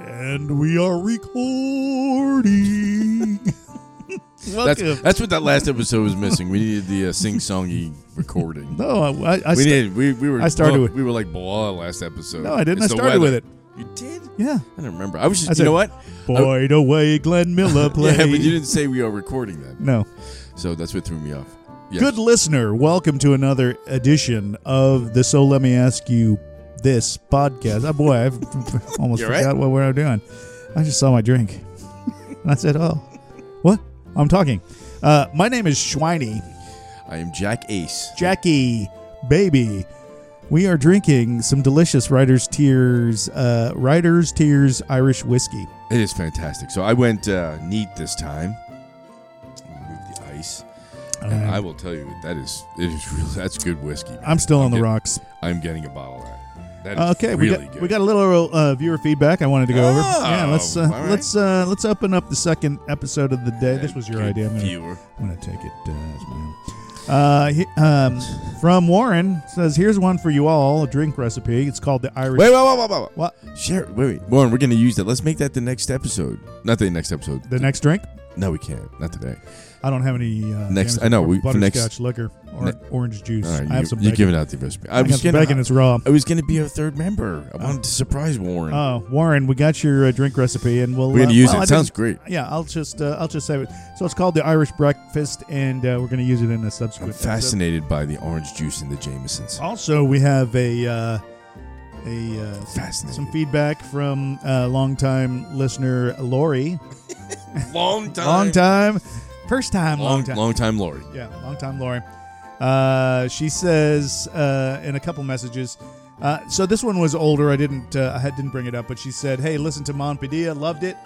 And we are recording. That's, Welcome. that's what that last episode was missing. We needed the uh, sing songy recording. no, I, I, I we sta- did. We, we were. I started blah- with- We were like blah last episode. No, I didn't. I the started with weather. it. You did? yeah. I don't remember. I was just. I you said, know what? Boyd away, Glenn Miller play. Yeah, but you didn't say we are recording that, No. so that's what threw me off. Yes. Good listener, welcome to another edition of the So Let Me Ask You This podcast. Oh boy, I almost You all forgot right? what we were doing. I just saw my drink. and I said, "Oh, what? I'm talking." Uh, my name is Schweiny. I am Jack Ace. Jackie, baby. We are drinking some delicious Writer's Tears, uh, Writer's Tears Irish whiskey. It is fantastic. So I went uh, neat this time. Remove the ice. and I will tell you that is it is really that's good whiskey. man. I'm still on the get- rocks. Uh, I'm getting a bottle of that. That is Okay, we really got good. we got a little uh, viewer feedback I wanted to go over. Oh, Yeah, let's uh, all right. let's uh, let's open up the second episode of the day. This was your Good idea. I'm gonna, Viewer. I'm gonna take it uh, as my own. Uh, he, um, from Warren says, "Here's one for you all. A drink recipe. It's called the Irish." Wait, wait, wait, wait, wait. wait. What Share. Wait, wait. Warren, we're going to use that. Let's make that the next episode. Not the next episode. the next drink? No, we can't. Not today. I don't have any. Uh, Next- Jameson I know, or we- for next- butterscotch liquor or Ne- orange juice. All right, I have you, some. you're bacon. giving out the recipe. I, I, got was some gonna. bacon. It's raw. I was gonna be our third member. I wanted to surprise Warren. Oh, Warren, we got your uh, drink recipe, and we'll we're gonna uh, use well, it. I it. Sounds didn't- great. Yeah, I'll just uh, I'll just save it. So it's called the Irish breakfast, and uh, we're going to use it in a I'm subsequent. episode. fascinated by the orange juice and the Jamesons. Also, we have a uh, a uh, Fascinated. some feedback from uh, longtime listener Lori. long time. Long time, first time, long, Long, time, long time, Lori. yeah, long time Lori. Uh, she says uh, in a couple messages. Uh, so this one was older. I didn't uh, I had- didn't bring it up, but she said, "Hey, listen to Monpedia. Loved it.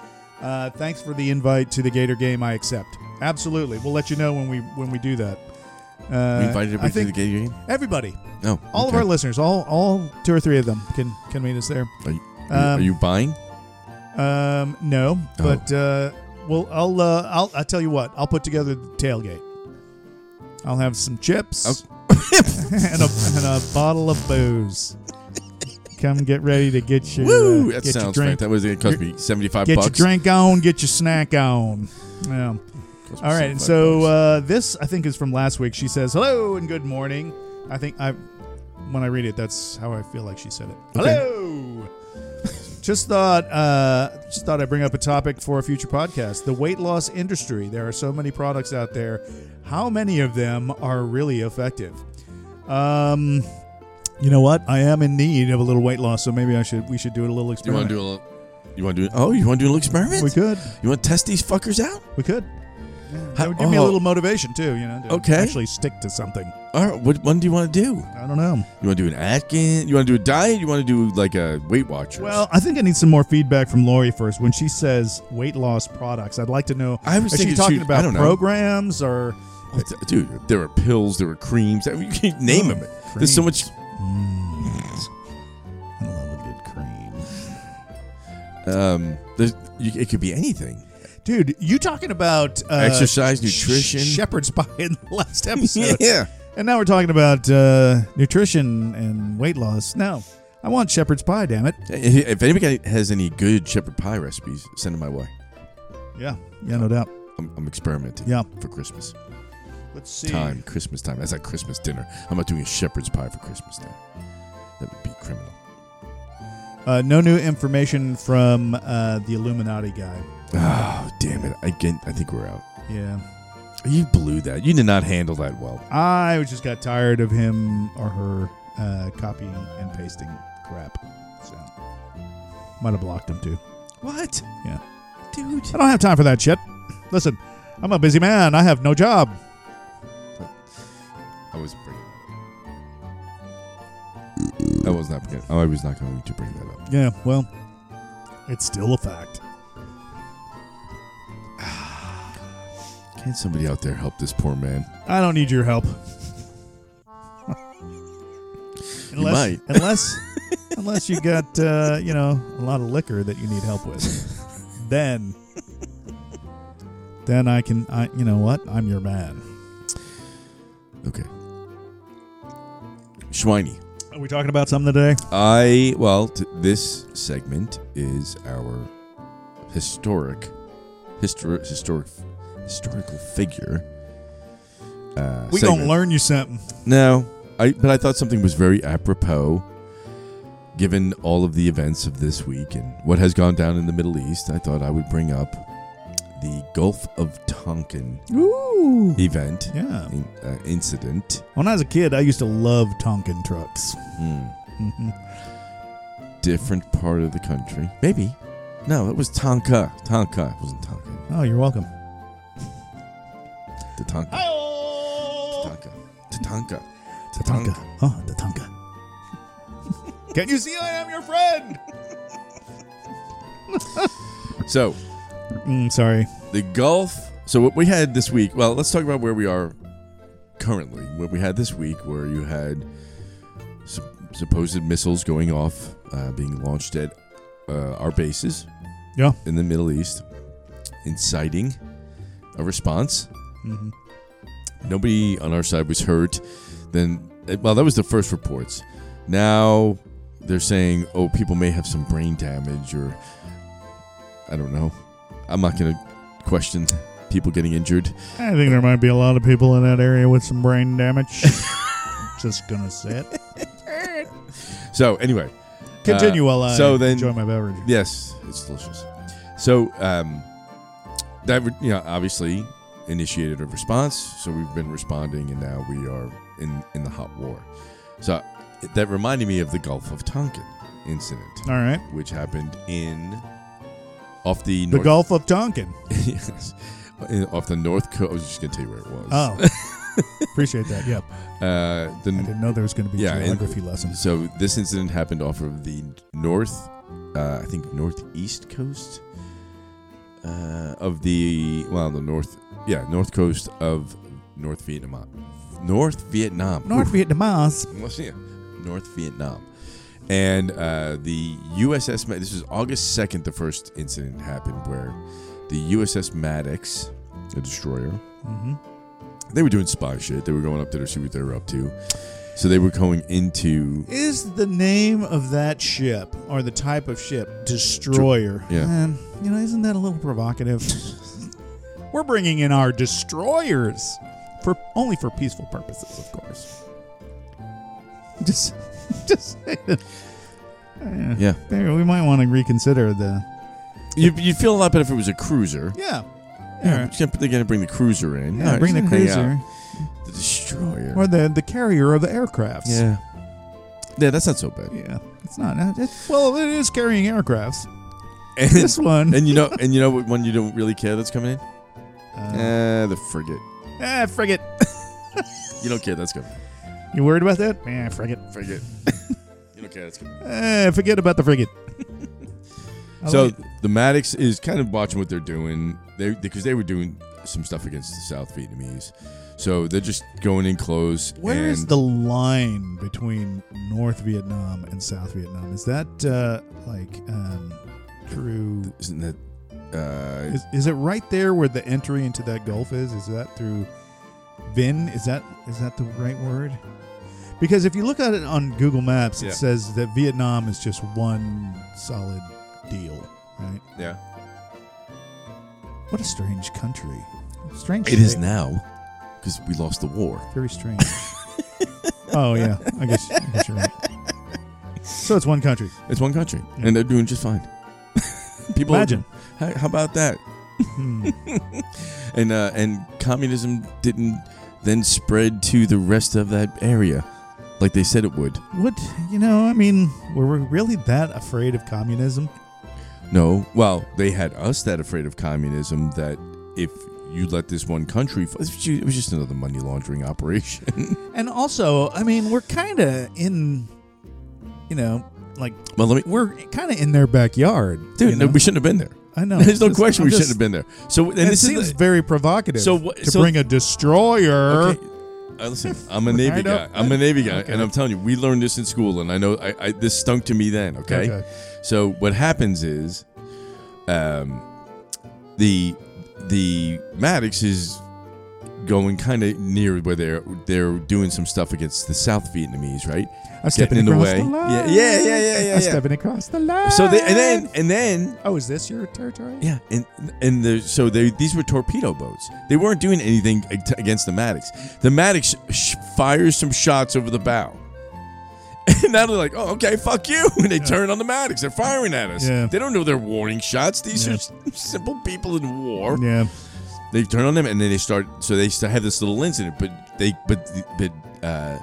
Uh, thanks for the invite to the Gator game. I accept. Absolutely. We'll let you know when we when we do that." Uh, we invited I everybody to think the gay game. everybody, No, all of our listeners, all all two or three of them can can meet us there. Are you, um, are you buying? Um, no, Oh. but uh, well, I'll uh, I'll I tell you what, I'll put together the tailgate. I'll have some chips Oh. and, a, and a bottle of booze. Come get ready to get your Woo! uh, get That your sounds drink fantastic. That was it. Cost me seventy-five get your bucks. drink on, get your snack on. Yeah. Cost me All right, and 75 so bucks. uh, this I think is from last week. She says hello and good morning. I think I when I read it, that's how I feel like she said it. Okay. Hello. just thought uh, just thought I'd bring up a topic for a future podcast: the weight loss industry. There are so many products out there. How many of them are really effective? Um, you know what? I am in need of a little weight loss, so maybe I should we should do a little you want experiment. to do a little? You want to do? Oh, you want to do a little experiment? we could. You want to test these fuckers out? We could. How- That would give me a oh. little motivation too, you know. To Okay. Actually, stick to something. All right, what one do you want to do? I don't know. You want to do an Atkins? You want to do a diet? You want to do like a Weight Watchers? Well, I think I need some more feedback from Lori first. When she says weight loss products, I'd like to know. I was is she thinking talking she- I about don't know. programs or? Oh, th- dude, there are pills, there are creams. I mean, you can name Oh, them. There's so much. I love a good cream, Um, there's, you, it could be anything. dude. You talking about uh, Exercise, nutrition. sh- shepherd's pie in the last episode, yeah. and now we're talking about uh, nutrition and weight loss. No, I want shepherd's pie. Damn it. If if anybody has any good shepherd pie recipes, send them my way. Yeah, yeah, no doubt. I'm, I'm experimenting. Yeah. For Christmas Let's see. time, Christmas time. That's like Christmas dinner. I'm not doing a shepherd's pie for Christmas dinner. That would be criminal. Uh, no new information from uh, the Illuminati guy. Oh damn it! Again, I think we're out. Yeah. You blew that. You did not handle that well. I just got tired of him or her uh, copying and pasting crap. So might have blocked him too. What? Yeah. Dude. I don't have time for that shit. Listen, I'm a busy man. I have no job. I was bringing That was not. gonna- I was not going to bring that up. Yeah, well, it's still a fact. Can somebody out there help this poor man? I don't need your help. unless, might. unless, unless you got uh, you know a lot of liquor that you need help with, then, then I can. I you know what? I'm your man. Okay. Schweiny. Are we talking about something today? I well, t- this segment is our historic, histor- historic, historical figure. Uh, We segment. gonna learn you something. No, I but I thought something was very apropos, given all of the events of this week and what has gone down in the Middle East. I thought I would bring up the Gulf of Tonkin Ooh. event Yeah. in, uh, incident. When I was a kid, I used to love Tonkin trucks. Hmm. hmm Different part of the country, maybe. No, it was Tonka. Tonka it wasn't Tonkin. Oh, you're welcome. The Tonka. Oh! Tatanka. Tatanka. Tatanka. Oh, Tatanka. Can you see I am your friend? So Mm, sorry. the Gulf. So what we had this week. Well, let's talk about where we are currently. What we had this week, where you had sup- supposed missiles going off, uh, being launched at uh, our bases. Yeah. In the Middle East, inciting a response. hmm Nobody on our side was hurt. Then, eh, well, that was the first reports. Now they're saying, oh, people may have some brain damage or I don't know. I'm not going to question people getting injured. I think there might be a lot of people in that area with some brain damage. Just gonna say Uh, it. So, anyway, Continue while I so then- enjoy my beverage. yes, it's delicious. So, um, that, re- you know, obviously initiated a response. So we've been responding and now we are in, in the hot war. So that reminded me of the Gulf of Tonkin incident. All right. which happened in off the, The north, Gulf of Tonkin. yes, in- off the north coast. I was just gonna tell you where it was. Oh, appreciate that. Yep. uh, I the didn't know there was going to be Yeah, and- geography lessons. so this incident happened off of the north, uh, I think northeast coast uh, of the well, the north, yeah, north coast of North Vietnam, North Vietnam, North Vietnamese. Well, yeah, North Vietnam. And uh, the USS, Ma- this was August 2nd, the first incident happened where the USS Maddox, a destroyer, Mm-hmm. they were doing spy shit. They were going up there to see what they were up to. So they were going into. Is the name of that ship or the type of ship destroyer? Yeah. Man, you know, isn't that a little provocative? We're bringing in our destroyers for only for peaceful purposes, of course. Just, just saying. Eh, Yeah. maybe we might want to reconsider the. You, you'd feel a lot better if it was a cruiser. Yeah. Yeah, They're going to bring the cruiser in. Yeah, All right, bring the just hang out. cruiser The destroyer. or the the carrier of the aircrafts. yeah. Yeah, that's not so bad. yeah. It's not. It's, well, it is carrying aircrafts. And, This one. and you know, and you know what one you don't really care that's coming in? Uh, Uh, the frigate. eh, frigate. You don't care that's coming. You worried about that? Eh, frigate. Frigate. you don't care that's coming. Eh, forget about the frigate. I So like- the Maddox is kind of watching what they're doing. They because they were doing some stuff against the South Vietnamese, so they're just going in close. where is and the line between North Vietnam and South Vietnam? Is that uh, like um, through? Isn't that? Uh, Is, is it right there where the entry into that Gulf is? Is that through Vin? Is that is that the right word? Because if you look at it on Google Maps, it Yeah. says that Vietnam is just one solid deal, right? yeah, What a strange country. Strange. it is state. now because we lost the war. Very strange. oh yeah, I guess, I guess you're right. So it's one country. It's one country, Yeah. and they're doing just fine. People, Imagine. How, how about that? Hmm. And uh, and communism didn't then spread to the rest of that area, like they said it would. What you know? I mean, were we really that afraid of communism? No. Well, they had us that afraid of communism that if you let this one country, it was ju- it was just another money laundering operation. And also, I mean, we're kind of in you know, like Well, let me, we're kind of in their backyard, dude. you know? no, we shouldn't have been there. I know. There's no Just- question I'm we just- shouldn't have been there. So, and And it this seems is very provocative. So what- to so- bring a destroyer, Okay. Uh, listen, I'm a Navy I know. guy. I'm a Navy guy, Okay. and I'm telling you, we learned this in school, and I know I, I this stunk to me then. Okay? Okay. so what happens is, um, the the Maddox is going kind of near where they're they're doing some stuff against the South Vietnamese, right? I'm stepping in the across way. the line. Yeah, yeah, yeah, yeah, yeah, I'm yeah. stepping across the line. So they and then and then oh, is this your territory? yeah, and and the, so they these were torpedo boats. They weren't doing anything ag- against the Maddox. The Maddox sh- fires some shots over the bow, and now they're like, "Oh, okay, fuck you!" And they turn on the Maddox. They're firing at us. Yeah. They don't know they're warning shots. These Yeah. are s- simple people in war. Yeah. They turn on them, and then they start. So they st- have this little incident, but they but but uh,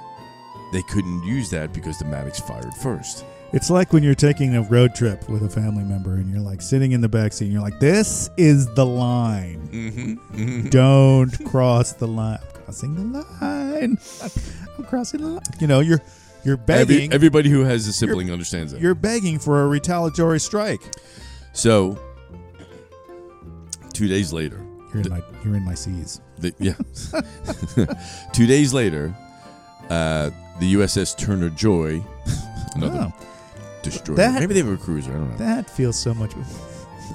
they couldn't use that because the Maddox fired first. It's like when you're taking a road trip with a family member and you're like sitting in the back seat and you're like, "This is the line. Mm-hmm. mm-hmm. Don't cross the line. I'm crossing the line. I'm crossing the line." You know, you're you're Every, begging. everybody who has a sibling understands that. you're begging for a retaliatory strike. So, two days later, You're in my you're in my seas. the, yeah, two days later, uh, the USS Turner Joy, another Oh, destroyer. that- Maybe they were a cruiser. I don't know. that feels so much. don't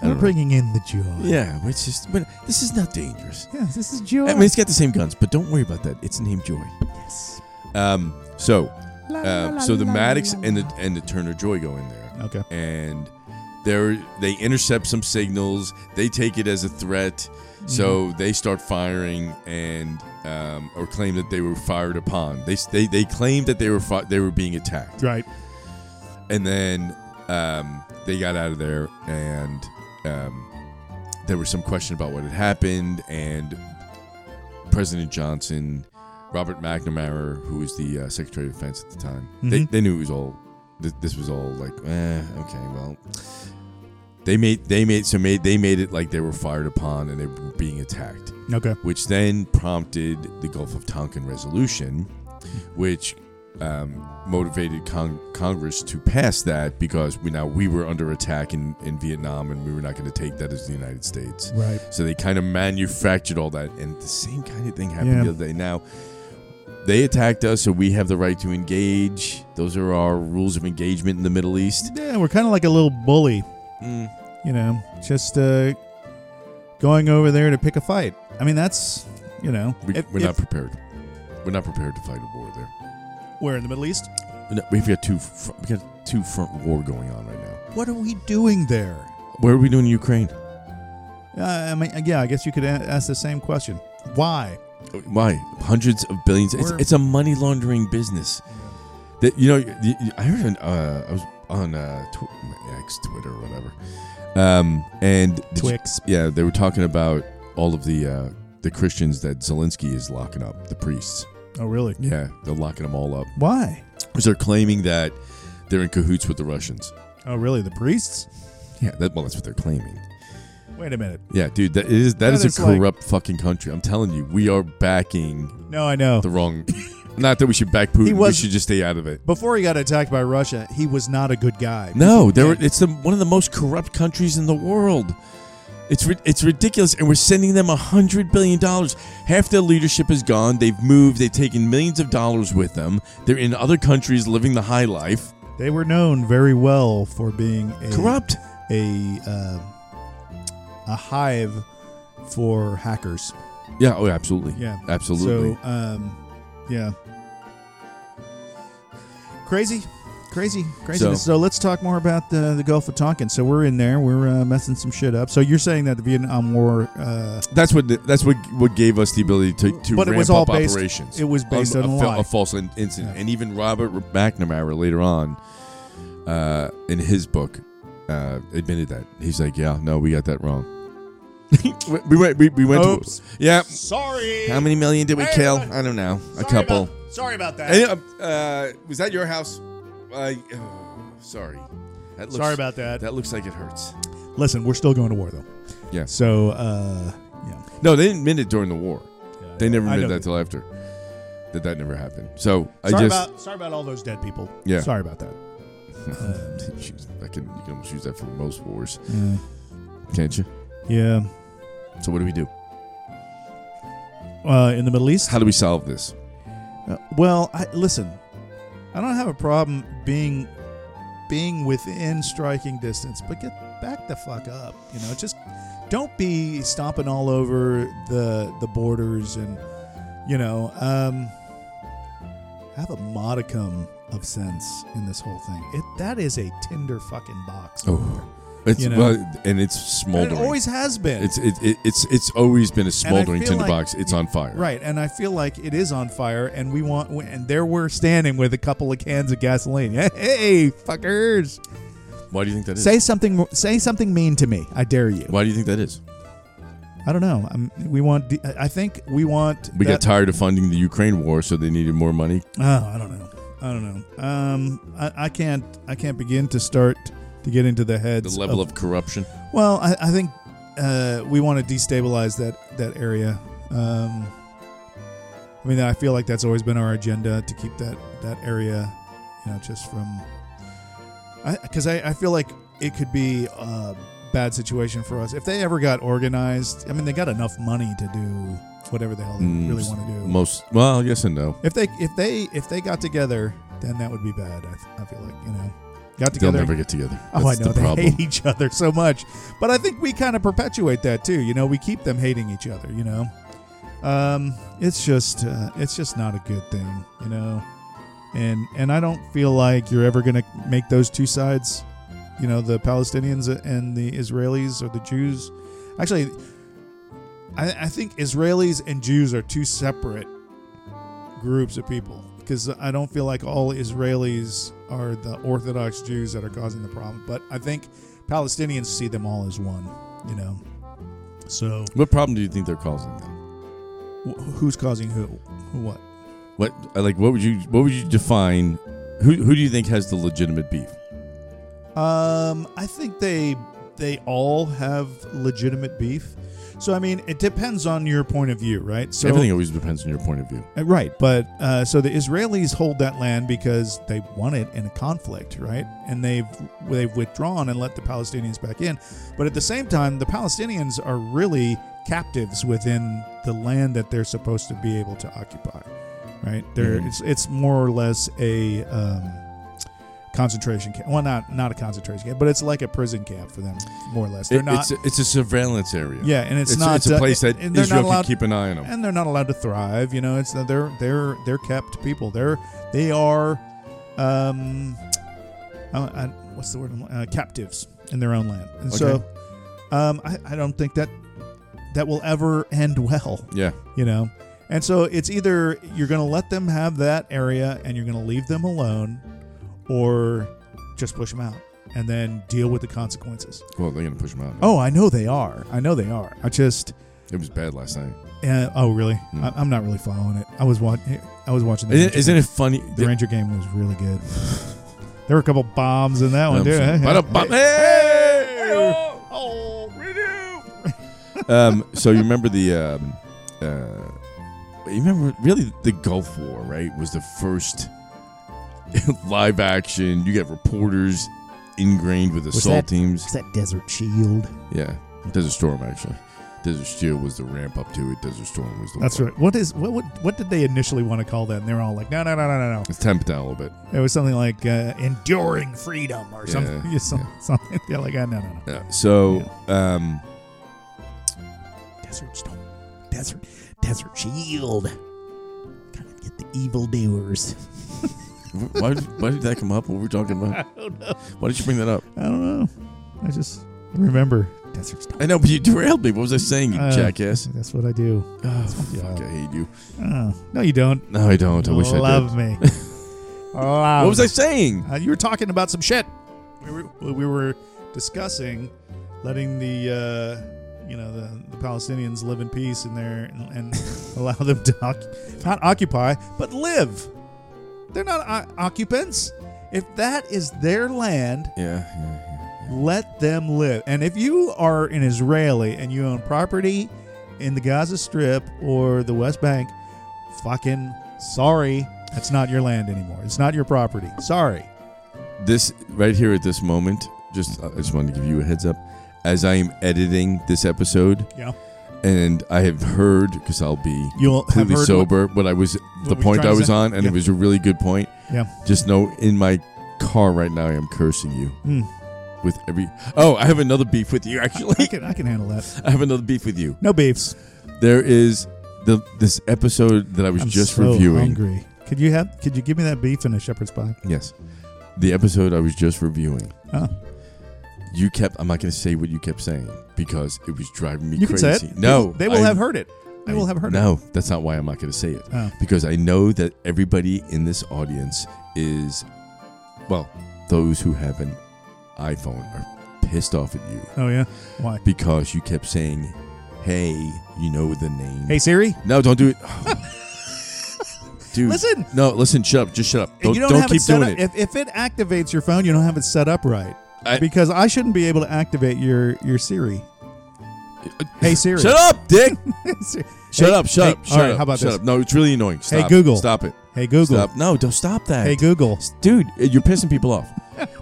We're know. bringing in the joy. yeah, but it's just, but this is not dangerous. Yes, this is joy. I mean, it's got the same guns, but don't worry about that. It's named Joy. Yes. Um, so, La, la, uh, la, so the la, Maddox la, and la. the and the Turner Joy go in there. Okay. and they're they intercept some signals. They take it as a threat, so they start firing and um, or claim that they were fired upon. They they, they claim that they were fi- they were being attacked, Right. and then um, they got out of there, and um, there was some question about what had happened, and President Johnson, Robert McNamara, who was the uh, Secretary of Defense at the time, they, Mhm. they knew it was all. Th- this was all like, eh, okay, well, they made they made so made they made it like they were fired upon and they were being attacked Okay. which then prompted the Gulf of Tonkin resolution, which um, motivated Cong- Congress to pass that because we now we were under attack in, in Vietnam and we were not going to take that as the United States. Right. So they kind of manufactured all that, and the same kind of thing happened Yeah. the other day. Now they attacked us, so we have the right to engage. Those are our rules of engagement in the Middle East. Yeah, we're kind of like a little bully, you know, just uh, going over there to pick a fight. I mean, that's you know, We, if- we're if not prepared. We're not prepared to fight a war there. we're in the Middle East. No, We've got two. fr- We got two front war going on right now. What are we doing there? What are we doing in Ukraine? Uh, I mean, yeah, I guess you could a- ask the same question. Why? Why hundreds of billions? It's, We're- it's a money laundering business. That you know, you- you- I heard. An, uh, I was on uh, tw- X, Twitter, or whatever, um, and did you- Twix. yeah, they were talking about all of the uh, the Christians that Zelensky is locking up, the priests. Oh, really? Yeah, they're locking them all up Why? because they're claiming that they're in cahoots with the Russians. Oh, really? The priests? Yeah, that, well, that's what they're claiming. Wait a minute. Yeah, dude, that is that That is is a like- corrupt fucking country. I'm telling you, we are backing No, I know. the wrong. Not that we should back Putin. was- we should just stay out of it. Before he got attacked by Russia, he was not a good guy. No, there. It's the, one of the most corrupt countries in the world. It's ri- it's ridiculous, and we're sending them a hundred billion dollars. Half their leadership is gone. They've moved. They've taken millions of dollars with them. They're in other countries living the high life. They were known very well for being a Corrupt. a uh, a hive for hackers. Yeah. Oh, absolutely. Yeah. Absolutely. So, um, yeah. Crazy, crazy, craziness. So, let's talk more about the the Gulf of Tonkin. So we're in there. We're uh, messing some shit up. So you're saying that the Vietnam War, uh, that's what the- that's what what gave us the ability to to But it ramp was all up based- operations. it was based on a, a fa- lie. a false in- incident, Yeah. and even Robert McNamara later on, uh, in his book, uh, admitted that he's like, yeah, no, we got that wrong. We- we went, we, we went Oops. to, yeah. sorry, How many million did we Hey, kill? everybody. I don't know, a couple. sorry about that. Hey, uh, uh, was that your house? Uh, oh, sorry. That looks, sorry about that. That looks like it hurts. Listen, we're still going to war though. Yeah. So uh, yeah. No, they didn't admit it during the war. They never I admitted know. that till after. That that never happened. So I Sorry just about sorry about all those dead people. Yeah. Sorry about that. Uh, I can, you can almost use that for most wars, yeah. can't you? Yeah. So what do we do? Uh, in the Middle East. How do we solve this? Uh, well, I, listen, I don't have a problem being being within striking distance, but get back the fuck up. You know, just don't be stomping all over the the borders and you know um, have a modicum of sense in this whole thing. It that is a tinder fucking box. Oh, it's You know? well, and it's And it smoldering. always has been. it's it, it, it's it's always been a smoldering feel like- tinderbox. it's on fire. Right, and I feel like it is on fire, and we want, and there we're standing with a couple of cans of gasoline. Hey, fuckers! Why do you think that is? Say something, say something mean to me. I dare you. Why do you think that is? I don't know. I'm, we want. de- I think we want. We got that, tired of funding the Ukraine war, so they needed more money. Oh, I don't know. I don't know. Um, I, I can't. I can't begin to start to get into the The heads. level of corruption. Well, I, I think uh, we want to destabilize that that area. Um, I mean, I feel like that's always been our agenda to keep that that area, you know, just from. Because I, I, feel like it could be a bad situation for us if they ever got organized. I mean, they got enough money to do whatever the hell they Mm, really want to do. Most well, yes and no. if they if they if they got together, then that would be bad. I, th- I feel like you know, got They'll together. never get together. Oh, I That's know the they problem. hate each other so much, but I think we kind of perpetuate that too. You know, we keep them hating each other. You know, um, it's just uh, it's just not a good thing. You know, and and I don't feel like you're ever going to make those two sides. You know, the Palestinians and the Israelis or the Jews. Actually, I, I think Israelis and Jews are two separate groups of people because I don't feel like all Israelis are the Orthodox Jews that are causing the problem. But I think Palestinians see them all as one, you know. So What problem do you think they're causing? Then? wh- who's causing who? Who what? What uh, like what would you what would you define? Who who do you think has the legitimate beef? Um, I think they they all have legitimate beef. So I mean, it depends on your point of view, right? So Everything always depends on your point of view. Uh, Right, but uh, so the Israelis hold that land because they won it in a conflict, right? And they've they've withdrawn and let the Palestinians back in, but at the same time, the Palestinians are really captives within the land that they're supposed to be able to occupy, right? They're Mhm. it's it's more or less a um, concentration camp. Well, not not a concentration camp, but it's like a prison camp for them, more or less. They're It- not. it's, a, it's a surveillance area. yeah, and it's, it's, not. it's a uh, place that and they're not Israel can allowed- keep an eye on them. and they're not allowed to thrive. You know, it's uh, they're they're they're kept people. They're they are, um, I, I, what's the word? I'm- Uh, captives in their own land. And so, Okay. um, I, I don't think that that will ever end well. Yeah, You know, and so it's either you're going to let them have that area and you're going to leave them alone, or just push them out and then deal with the consequences. well, they're gonna push them out. Oh, I know they are. I know they are. I just. it was bad last night. Uh, oh, really? Hmm. I, I'm not really following it. I was watching. I was watching. The Isn't, Ranger isn't game. it funny? The Ranger game was really good. there were a couple bombs in um, that one, too. Ba-da-bum. Hey! Oh, um, so you remember the um, uh, you remember really the Gulf War, right? Was the first live action. You got reporters ingrained with that- assault teams. It's that desert shield. Yeah, Desert Storm actually. Desert Shield was the ramp up to it. Desert Storm was the That's one. right. What is what, what? What did they initially want to call that? And they're all like, no, no, no, no, no, It's temp down a little bit. no. It was something like uh, enduring freedom or something. Yeah, some, Something. They're like, "Ah, no, no, no. Yeah. So um, Desert storm. Desert. Desert shield. Kind of get the evildoers. wh- why, did- why did that come up? What were we talking about? I don't know. Why did you bring that up? I don't know. I just remember. Desert storm. I know, but you derailed me. What was I saying, you Uh, jackass? That's what I do. Oh, yeah. fuck, I hate you. Uh, no, you don't. No, I don't. I wish I did. Love me. Love What was I saying? Uh, you were talking about some shit. We were, we were discussing letting the uh, you know the, the Palestinians live in peace in there and, and allow them to oc- not occupy but live. They're not o- occupants. If that is their land, Yeah, yeah, let them live. And if you are an Israeli and you own property in the Gaza Strip or the West Bank, fucking sorry, that's not your land anymore. It's not your property. Sorry. this right here at this moment, just I just wanted to give you a heads up. As I am editing this episode, Yeah. and I have heard because I'll be You'll have completely heard sober. What, I was, the were you point trying I to was say? on, and Yeah. it was a really good point. Yeah. Just know, in my car right now, I am cursing you What, Hmm. with every. Oh, I have another beef with you. Actually, I can I can handle that. I have another beef with you. No beefs. There is the this episode that I was I'm just so reviewing. Hungry. Could you have? Could you give me that beef and a shepherd's pie? Yes, the episode I was just reviewing. Oh. You kept. I'm not going to say what you kept saying because it was driving me You can crazy. say it. No, they, they will I- have heard it. They will I- have heard it. No, that's not why I'm not going to say it. Oh. Because I know that everybody in this audience is, well, those who have an iPhone are pissed off at you Oh yeah. Why? because you kept saying, "Hey, you know the name." Hey Siri. No, don't do it. Dude, Listen. No, listen. Shut up. Just shut up. If Don't, you don't, don't have keep it set doing up, it. If, if it activates your phone, you don't have it set up right. I- because I shouldn't be able to activate your your Siri. Hey Siri. Uh, Shut up, Dick. Siri. Shut Hey, up. Shut hey, up. Shut all right, up. how about shut this? up. No, it's really annoying. Stop. it. Google. Stop it. Hey Google. Stop. No, don't stop that. Hey Google. dude, you're pissing people off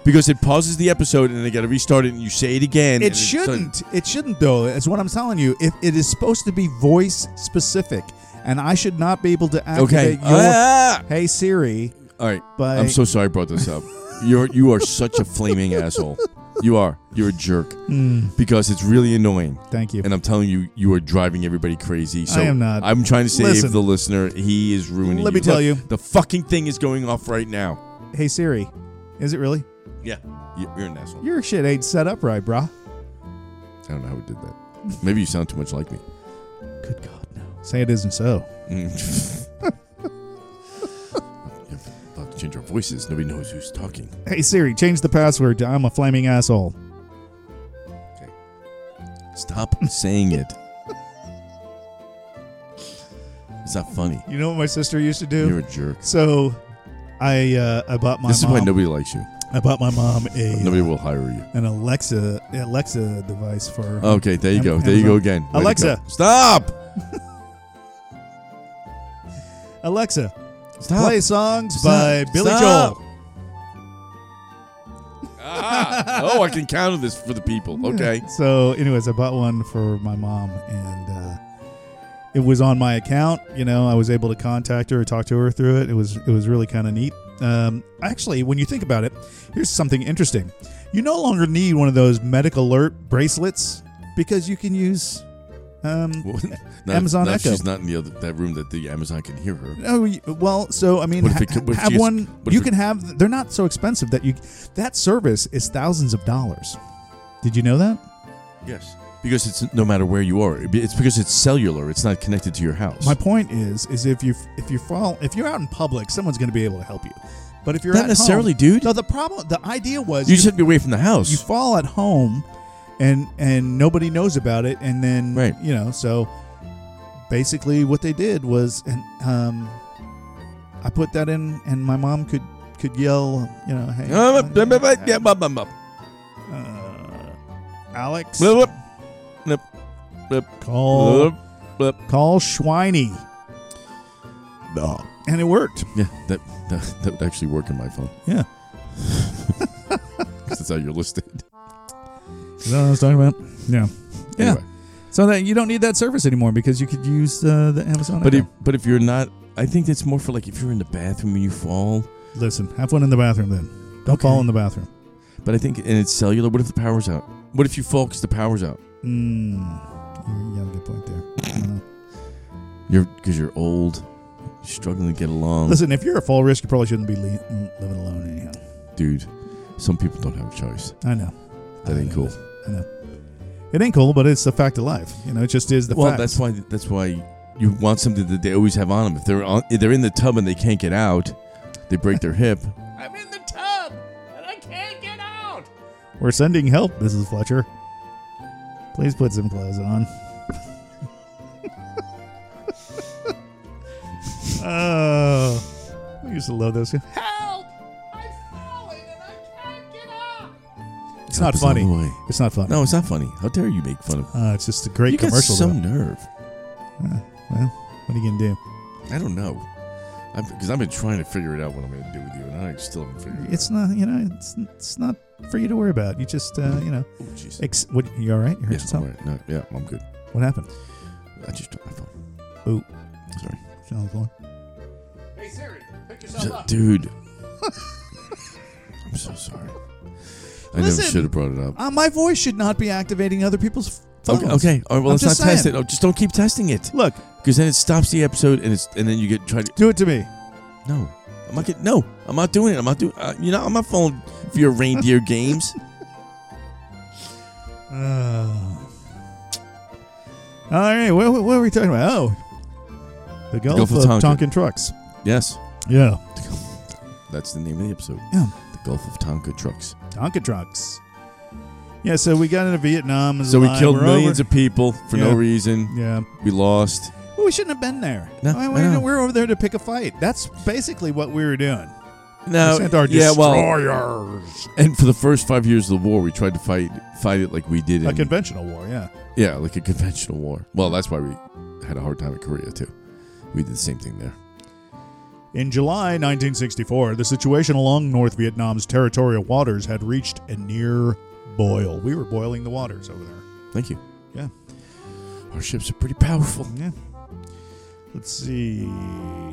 because it pauses the episode and they got to restart it and you say it again. and It it's shouldn't. It shouldn't though. That's what I'm telling you. If it is supposed to be voice specific, and I should not be able to done- Okay. activate your Ah! Hey Siri. All right. By I'm so sorry I brought this up. You're you are such a flaming asshole. You are. You're a jerk Mm, because it's really annoying. thank you. And I'm telling you, you are driving everybody crazy. So I am not. I'm trying to save Listen. the listener. He is ruining. Let you. me tell Look, you. the fucking thing is going off right now. Hey Siri. Is it really? Yeah, You- you're an asshole. Your shit ain't set up right, brah. I don't know how it did that. Maybe you sound too much like me. Good God, no. Say it isn't so. Mm. about to change our voices. Nobody knows who's talking. Hey Siri, change the password to I'm a flaming asshole. Stop saying it. It's not funny. You know what my sister used to do? You're a jerk. so I uh, I bought my this mom, is why nobody likes you. I bought my mom a Nobody will hire you. an Alexa Alexa device for Okay, there you Am- go. There you go Amazon. again. Way to Alexa. go. stop! Alexa Stop! play songs Stop. by Billy Stop. Joel. Ah, oh, I can counter this for the people. Okay. So, anyways, I bought one for my mom, and uh, it was on my account. You know, I was able to contact her, talk to her through it. It was it was really kind of neat. Um, actually, when you think about it, here's something interesting. You no longer need one of those medical alert bracelets because you can use. Um, Well, now- Amazon now Echo. She's not in the other that room that the Amazon can hear her. oh y- well, so I mean, What if ha- it could- what if have she's- one. what if You it- can have. They're not so expensive that you. That service is thousands of dollars. Did you know that? Yes. Because it's no matter where you are. It's because it's cellular. It's not connected to your house. My point is, is if you if you fall if you're out in public, someone's going to be able to help you. But if you're Not at necessarily, home, dude. No, the problem, the idea was you just have to be away from the house. you fall at home, and and nobody knows about it, and then Right. you know. So basically, what they did was, and um, I put that in, and my mom could could yell, you know, hey, Uh, blah, blah, blah, yeah, blah, blah, blah. uh, Alex, Blah, blah, call blah. call Schweiny, and it worked. Yeah, that, that that would actually work in my phone. Yeah. 'Cause that's how you're listed. Is that what I was talking about? Yeah. Yeah. Anyway. So that you don't need that service anymore because you could use uh, the Amazon. But if, Echo. but if you're not, I think it's more for like if you're in the bathroom and you fall. listen, have one in the bathroom then. Don't Okay. fall in the bathroom. But I think and it's cellular. What if the power's out? What if you fall because the power's out? Mm, you you got a good point there. I don't Mm. know. You're because you're old, struggling to get along, Listen, if you're at full risk, you probably shouldn't be le- mm, living alone anyhow. dude. Some people don't have a choice. I know. I That ain't know cool. this. I know. It ain't cool, but it's the fact of life. You know, it just is the well, fact. that's why that's why you want something that they always have on them. If they're on, if they're in the tub and they can't get out, they break their hip. I'm in the tub and I can't get out. We're sending help, Mrs. Fletcher. Please put some clothes on. oh, I used to love those. Help! I'm falling and I can't get up. It's not Help us funny. along the way. It's not funny. No, it's not funny. How dare you make fun of? Uh, it's just a great you got commercial. some though. nerve. Well, what are you gonna do? I don't know. Because I've been trying to figure it out what I'm going to do with you, and I still haven't figured it It's not, you know, it's, it's not for you to worry about. You just, uh, you know, out. Oh, jeez. ex- what, you all right? You hurt Yes, I'm yourself? right. No, yeah, I'm good. What happened? I just dropped my phone. Ooh. Sorry. It's on the floor. So- dude. I'm so sorry. I never Listen. should have brought it up. Uh, my voice should not be activating other people's phones. Okay. okay. All right, well, I'm let's not just test it. saying. Oh, just don't keep testing it, Look, because then it stops the episode, and it's and then you get try to. do it to me. No, I'm not getting. No, I'm not doing it. I'm not doing. Uh, you know, I'm not falling for your reindeer games. Uh, all right, what, what were we talking about? Oh, the Gulf, Gulf of of Tonkin. Tonkin. trucks. Yes, Yeah, that's the name of the episode. Yeah. the Gulf of Tonka trucks. Tonkin trucks. Yeah, so we got into Vietnam. So we killed millions of people for no Yeah. reason. Yeah, We lost. well, we shouldn't have been there. No, Why- I why- know. we were over there to pick a fight. That's basically what we were doing. No, we sent our Uh, yeah, well, destroyers. and for the first five years of the war, we tried to fight fight it like we did in a conventional war. Yeah, yeah, like a conventional war. Well, that's why we had a hard time in Korea too. We did the same thing there. In July 1964, the situation along North Vietnam's territorial waters had reached a near boil. We were boiling the waters over there. Thank you. Yeah. Our ships are pretty powerful. Yeah. Let's see.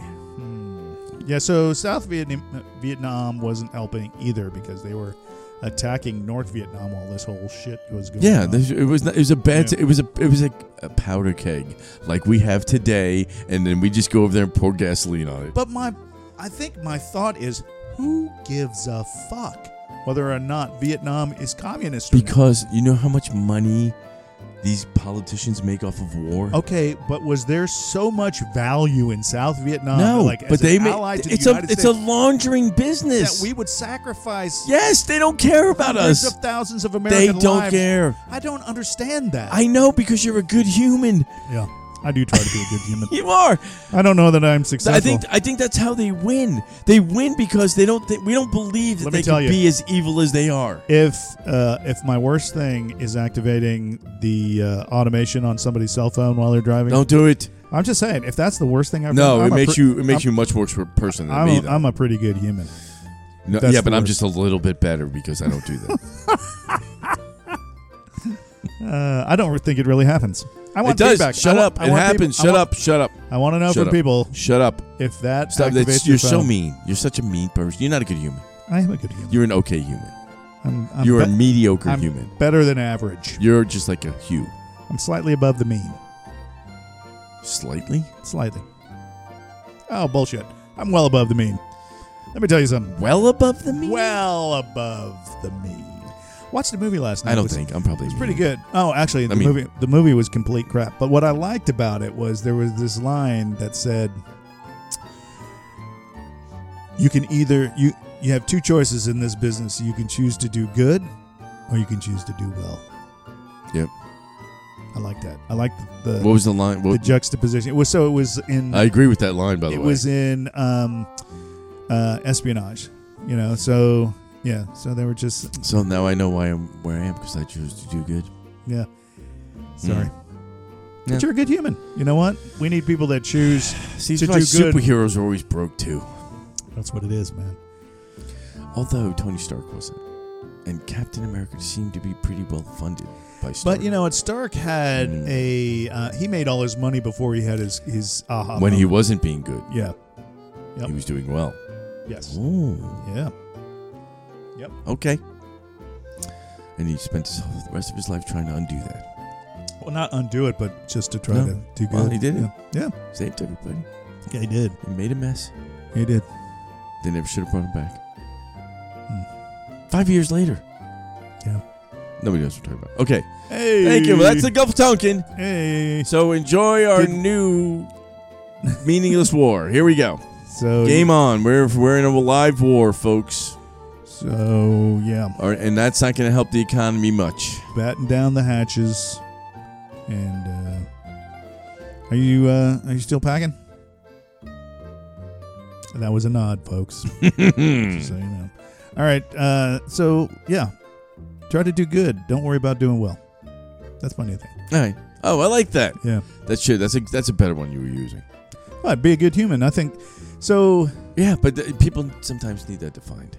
Hmm. Yeah, so South Vietnam, Vietnam wasn't helping either because they were attacking North Vietnam while this whole shit was going Yeah, on. this, it was not, it was a bad Yeah. it was a it was a, a powder keg like we have today, and then we just go over there and pour gasoline on it. But my, I think my thought is, who gives a fuck whether or not Vietnam is communist? Or not? Because you know how much money these politicians make off of war. Okay, but was there so much value in South Vietnam? no, uh, like, but as they an make ally to the it's a United it's a States, laundering business. that we would sacrifice yes, they don't care about hundreds us. of thousands of They American don't lives. care. I don't understand that. I know because you're a good human. yeah, I do try to be a good human. You are. I don't know that I'm I successful. think I think that's how they win. They win because they don't. Th- we don't believe that Let me they tell can you. be as evil as they are. if uh, if my worst thing is activating the uh, automation on somebody's cell phone while they're driving, Don't do it. I'm just saying if that's the worst thing I've No, done, it I'm a makes pre- you it makes you much worse of a person than I'm me. a, though. I'm a pretty good human. No, that's yeah, but the I'm worst. just a little bit better because I don't do that. Uh, I don't think it really happens. I want it does. feedback. I Shut want- up. I It want people- happens. I Shut want- up. Shut up. I want to know Shut from up. people Shut up. if that Stop. activates That's, your you're so phone. mean. You're such a mean person. You're not a good human. I am a good human. You're an okay human. I'm, I'm you're a be- mediocre I'm human. better than average. You're just like a Hugh. I'm slightly above the mean. Slightly. Slightly. Oh bullshit! I'm well above the mean. Let me tell you something. Well above the mean. Well above the mean. Watched the movie last night. I don't It was- think I'm probably. It's pretty good. Oh, actually, the mean- movie the movie was complete crap. But what I liked about it was there was this line that said, "You can either you you have two choices in this business. You can choose to do good, or you can choose to do well." Yep. I like that. I like the the, What was the line? the What, juxtaposition. It was so it was in I agree with that line by the it way. was in um, uh, espionage. You know, so yeah, so they were just So now I know why I'm where I am because I chose to do good. Yeah. Sorry. Mm. Yeah. But you're a good human. You know what? We need people that choose. See, To that's why do good. superheroes are always broke too. That's what it is, man. Although Tony Stark wasn't, and Captain America seemed to be pretty well funded by Stark. But you know what? Stark had Mm. a. Uh, he made all his money before he had his his aha. when he moment. wasn't being good, Yeah. um, Yep. he was doing well. Yes. Oh, Yeah. okay. And he spent his whole, the rest of his life trying to undo that. Well, not undo it, but just to try No. to do good. Well, he did it. Yeah. Yeah. Saved everybody. yeah, he did. He made a mess. He did. They never should have brought him back. Five years later. Hmm. Yeah. Nobody knows what we're talking about. Okay. Hey. Thank you. Well, that's the Gulf of Tonkin. Hey. So enjoy our Did- new meaningless war. Here we go. So Game on. We're we're in a live war, folks. So yeah, All right, and that's not going to help the economy much. batten down the hatches, and uh, are you uh, are you still packing? That was a nod, folks. Hmm. just so you know. All right. Uh, so yeah, try to do good. Don't worry about doing well. That's my new thing. All right. Oh, I like that. Yeah. That's shit. That's a that's a better one you were using. Well, be a good human. I think so. Yeah, but uh, people sometimes need that defined.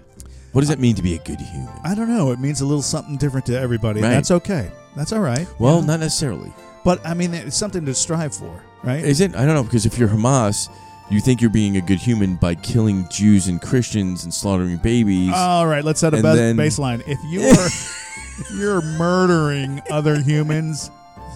What does that mean to be a good human? I don't know. It means a little something different to everybody. Right. And that's okay. That's all right. well, you know? not necessarily. But I mean, it's something to strive for, right? Is it? I don't know because if you're Hamas, you think you're being a good human by killing Jews and Christians and slaughtering babies. All right, let's set a And bas- then- baseline. If you are if you're murdering other humans,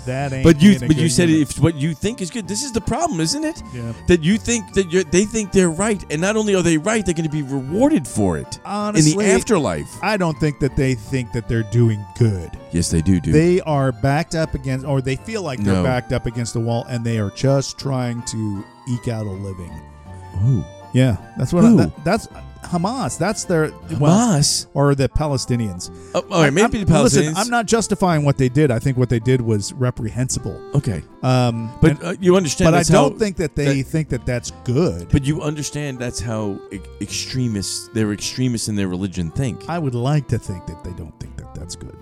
that ain't. but you, being a but you good said human. if what you think is good, this is the problem, isn't it? Yeah. That you think that you're, they think they're right, and not only are they right, they're going to be rewarded for it Honestly, in the afterlife. I don't think that they think that they're doing good. Yes, they do, dude. They are backed up against, or they feel like they're No. backed up against the wall, and they are just trying to eke out a living. Ooh. Yeah, that's what. I, Who? that, that's Hamas. That's their well, Hamas. or the Palestinians. Oh, all right, maybe I'm- the Palestinians. Listen, I'm not justifying what they did. I think what they did was reprehensible. okay, Um, but and- uh, you understand. but I that's don't how- think that they think that that's good. But you understand that's how e- extremists, they're extremists in their religion, think. I would like to think that they don't think that that's good.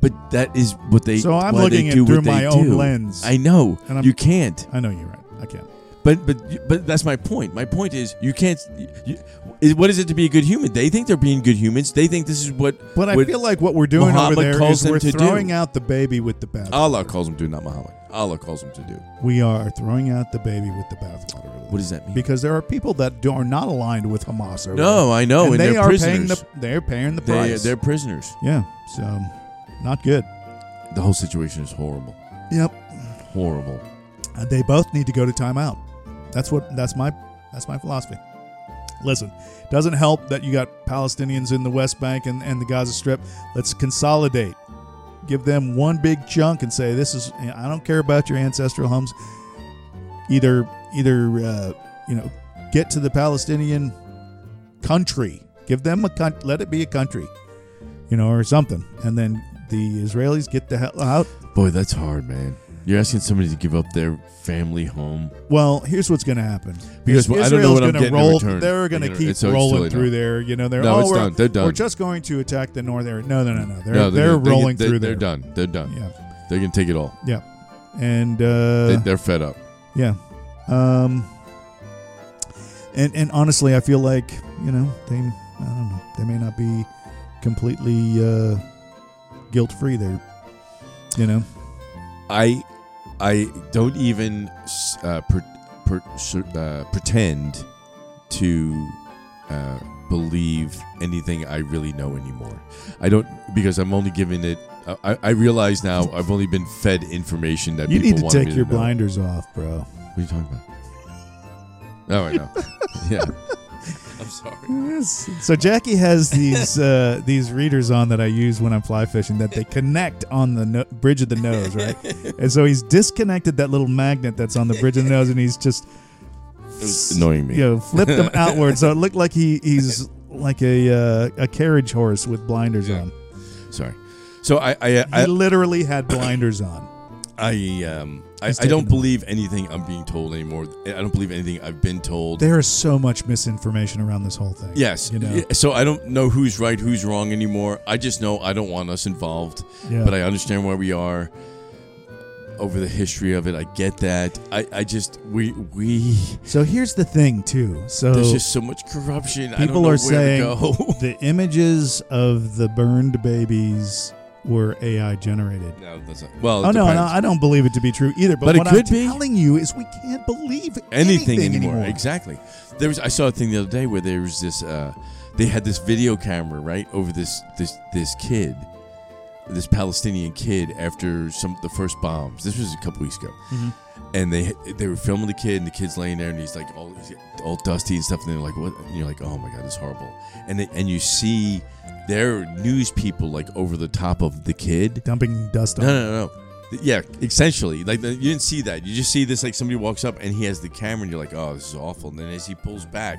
But that is what they. So I'm why looking they at do through what they my own do. lens. I know And I'm- you can't. I know you're right. I can't. But but but that's my point. My point is you can't. You, is- what is it to be a good human? They think they're being good humans. They think this is what. But I what feel like what we're doing Muhammad over there calls is them we're to do. throwing out the baby with the bath. Allah calls them to, not Muhammad. Allah calls them to do. we are throwing out the baby with the bathwater. What does that mean? Because there are people that do, are not aligned with Hamas. Over no, I there. know, and, and they are are paying prisoners. the they're paying the they, price. they're prisoners. yeah, so not good. The whole situation is horrible. Yep, Horrible. Uh, they both need to go to timeout. That's what that's my that's my philosophy. Listen, doesn't help that you got Palestinians in the West Bank and, and the Gaza Strip. Let's consolidate. Give them one big chunk and say this is I don't care about your ancestral homes. Either either uh, you know, get to the Palestinian country. Give them a coun- let it be a country. You know, or something. And then the Israelis get the hell out Boy, that's hard, man. You're asking somebody to give up their family home. Well, here's what's going to happen. Because Is- I don't Israel's know what I'm gonna getting in roll, return. They're going to It's- keep it's too rolling late through now. there. You know, they're No, oh, it's we're, done. They're done. We're just going to attack the north area. No, no, no, no. They're No, they're, gonna- rolling they're, through they're there. done. They're done. Yeah, They're gonna take it all. yeah, and They, uh, they're fed up. yeah, um, and and honestly, I feel like you know they I don't know they may not be completely uh, guilt free there. You know, I I don't even uh, per, per, uh, pretend to uh, believe anything I really know anymore. I don't because I'm only giving it. uh, I, I- I realize now I've only been fed information that you people need to wanted me take your know. blinders off, bro. What are you talking about? Oh, I know. yeah, I'm sorry. Yes. So Jackie has these uh, these readers on that I use when I'm fly fishing that they connect on the no- bridge of the nose, right? and so he's disconnected that little magnet that's on the bridge of the nose, and he's just It was annoying me. you know flipped them outward, so it looked like he he's like a uh, a carriage horse with blinders Yeah. on. Sorry. So I uh, I He I, literally had blinders on. I um I, He's I taking don't the- believe anything I'm being told anymore. I don't believe anything I've been told. There is so much misinformation around this whole thing. Yes. you know. Yeah, So I don't know who's right, who's wrong anymore. I just know I don't want us involved. Yeah. But I understand where we are over the history of it. I get that. I, I just we we So here's the thing, too. So there's just so much corruption. I don't People know are where saying to go. the images of the burned babies were AI generated. no, that's not. Well, it Oh no, no, depends. I don't believe it to be true either. But, But it what could I'm be. telling you is we can't believe anything, anymore. Exactly. There was I saw a thing the other day where there was this uh, they had this video camera right over this this this kid, this Palestinian kid after some the first bombs. This was a couple weeks ago, and they they were filming the kid and the kid's laying there and he's like all he's all dusty and stuff. And they're like, what? And you're like, oh my god, this is horrible. And they, and you see their news people like over the top of the kid. Dumping dust on. No, no, no. Th- Yeah, essentially. Like the, you didn't see that. You just see this like somebody walks up and he has the camera and you're like, "Oh, this is awful." And then as he pulls back,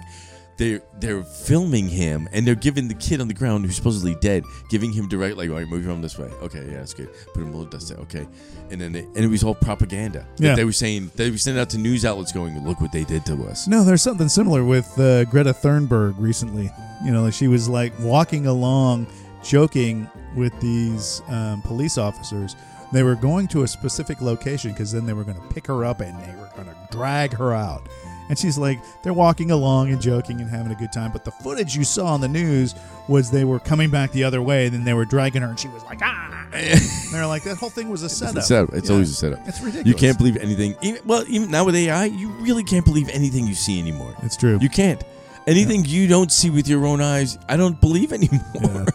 they they're filming him and they're giving the kid on the ground who's supposedly dead, giving him direct like, "All right, move your arm this way." Okay, yeah, that's good. Put him a little dust there. Okay. And then they, and it was all propaganda. That Yeah. They were saying they were sending out to news outlets going, "Look what they did to us." No, there's something similar with uh, Greta Thunberg recently. You know, she was like walking along, joking with these um, police officers. They were going to a specific location because then they were going to pick her up and they were going to drag her out. And she's like, they're walking along and joking and having a good time. But the footage you saw on the news was they were coming back the other way, and then they were dragging her, and she was like, ah. and they're like, that whole thing was a setup. It's, a setup. it's Yeah. always a setup. It's ridiculous. You can't believe anything. Even, well, even now with AI, you really can't believe anything you see anymore. It's true. You can't. Anything you don't see with your own eyes, I don't believe anymore. Yeah.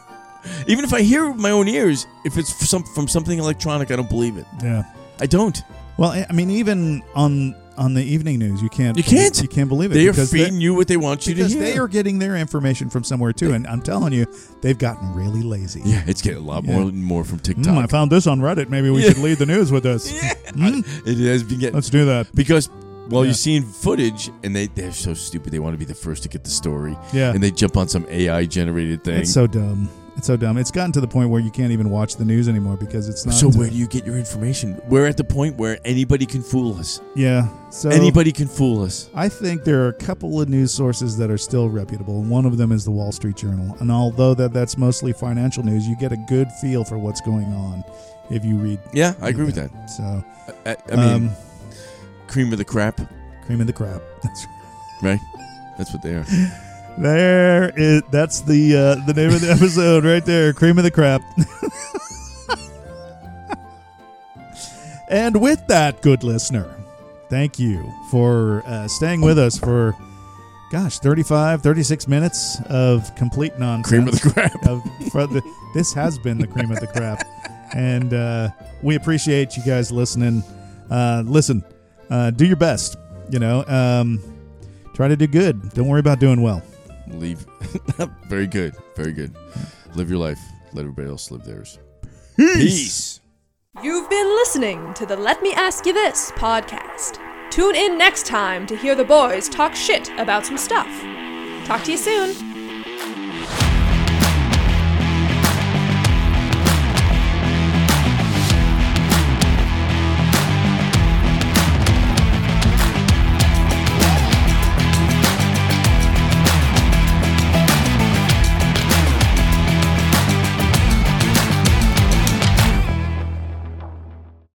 Even if I hear it with my own ears, if it's f- some, from something electronic, I don't believe it. yeah. I don't. Well, I I mean, even on on the evening news, you can't You can't. you can't believe it They are because feeding you what they want you to because hear. they are getting their information from somewhere too. And I'm telling you, they've gotten really lazy. yeah, it's getting a lot Yeah. more more from Mm, TikTok. I found this on Reddit. Maybe we Yeah. should lead the news with this. Yeah. Mm, It has been getting let's do that. because well, Yeah. you're seeing footage, and they they're so stupid. They want to be the first to get the story, Yeah, and they jump on some AI generated thing. it's so dumb. It's so dumb. It's gotten to the point where you can't even watch the news anymore because it's not. So where do you get your information? We're at the point where anybody can fool us. Yeah. So anybody can fool us. I think there are a couple of news sources that are still reputable, and one of them is the Wall Street Journal. And although that that's mostly financial news, you get a good feel for what's going on if you read. Yeah, I agree with that. So, I, I mean, um, cream of the crap, cream of the crop. That's right. right? That's what they are. There is that's the uh, the name of the episode right there. Cream of the crop. and with that, good listener, thank you for uh, staying with us for. Gosh, 35, 36 minutes of complete nonsense. Cream of the crap. of for the, this has been the cream of the crap, and uh, we appreciate you guys listening. Uh, listen, uh, do your best. You know, um, try to do good. Don't worry about doing well. Leave. very good. Very good. Live your life. Let everybody else live theirs. Peace. You've been listening to the Let Me Ask You This podcast. Tune in next time to hear the boys talk shit about some stuff. Talk to you soon.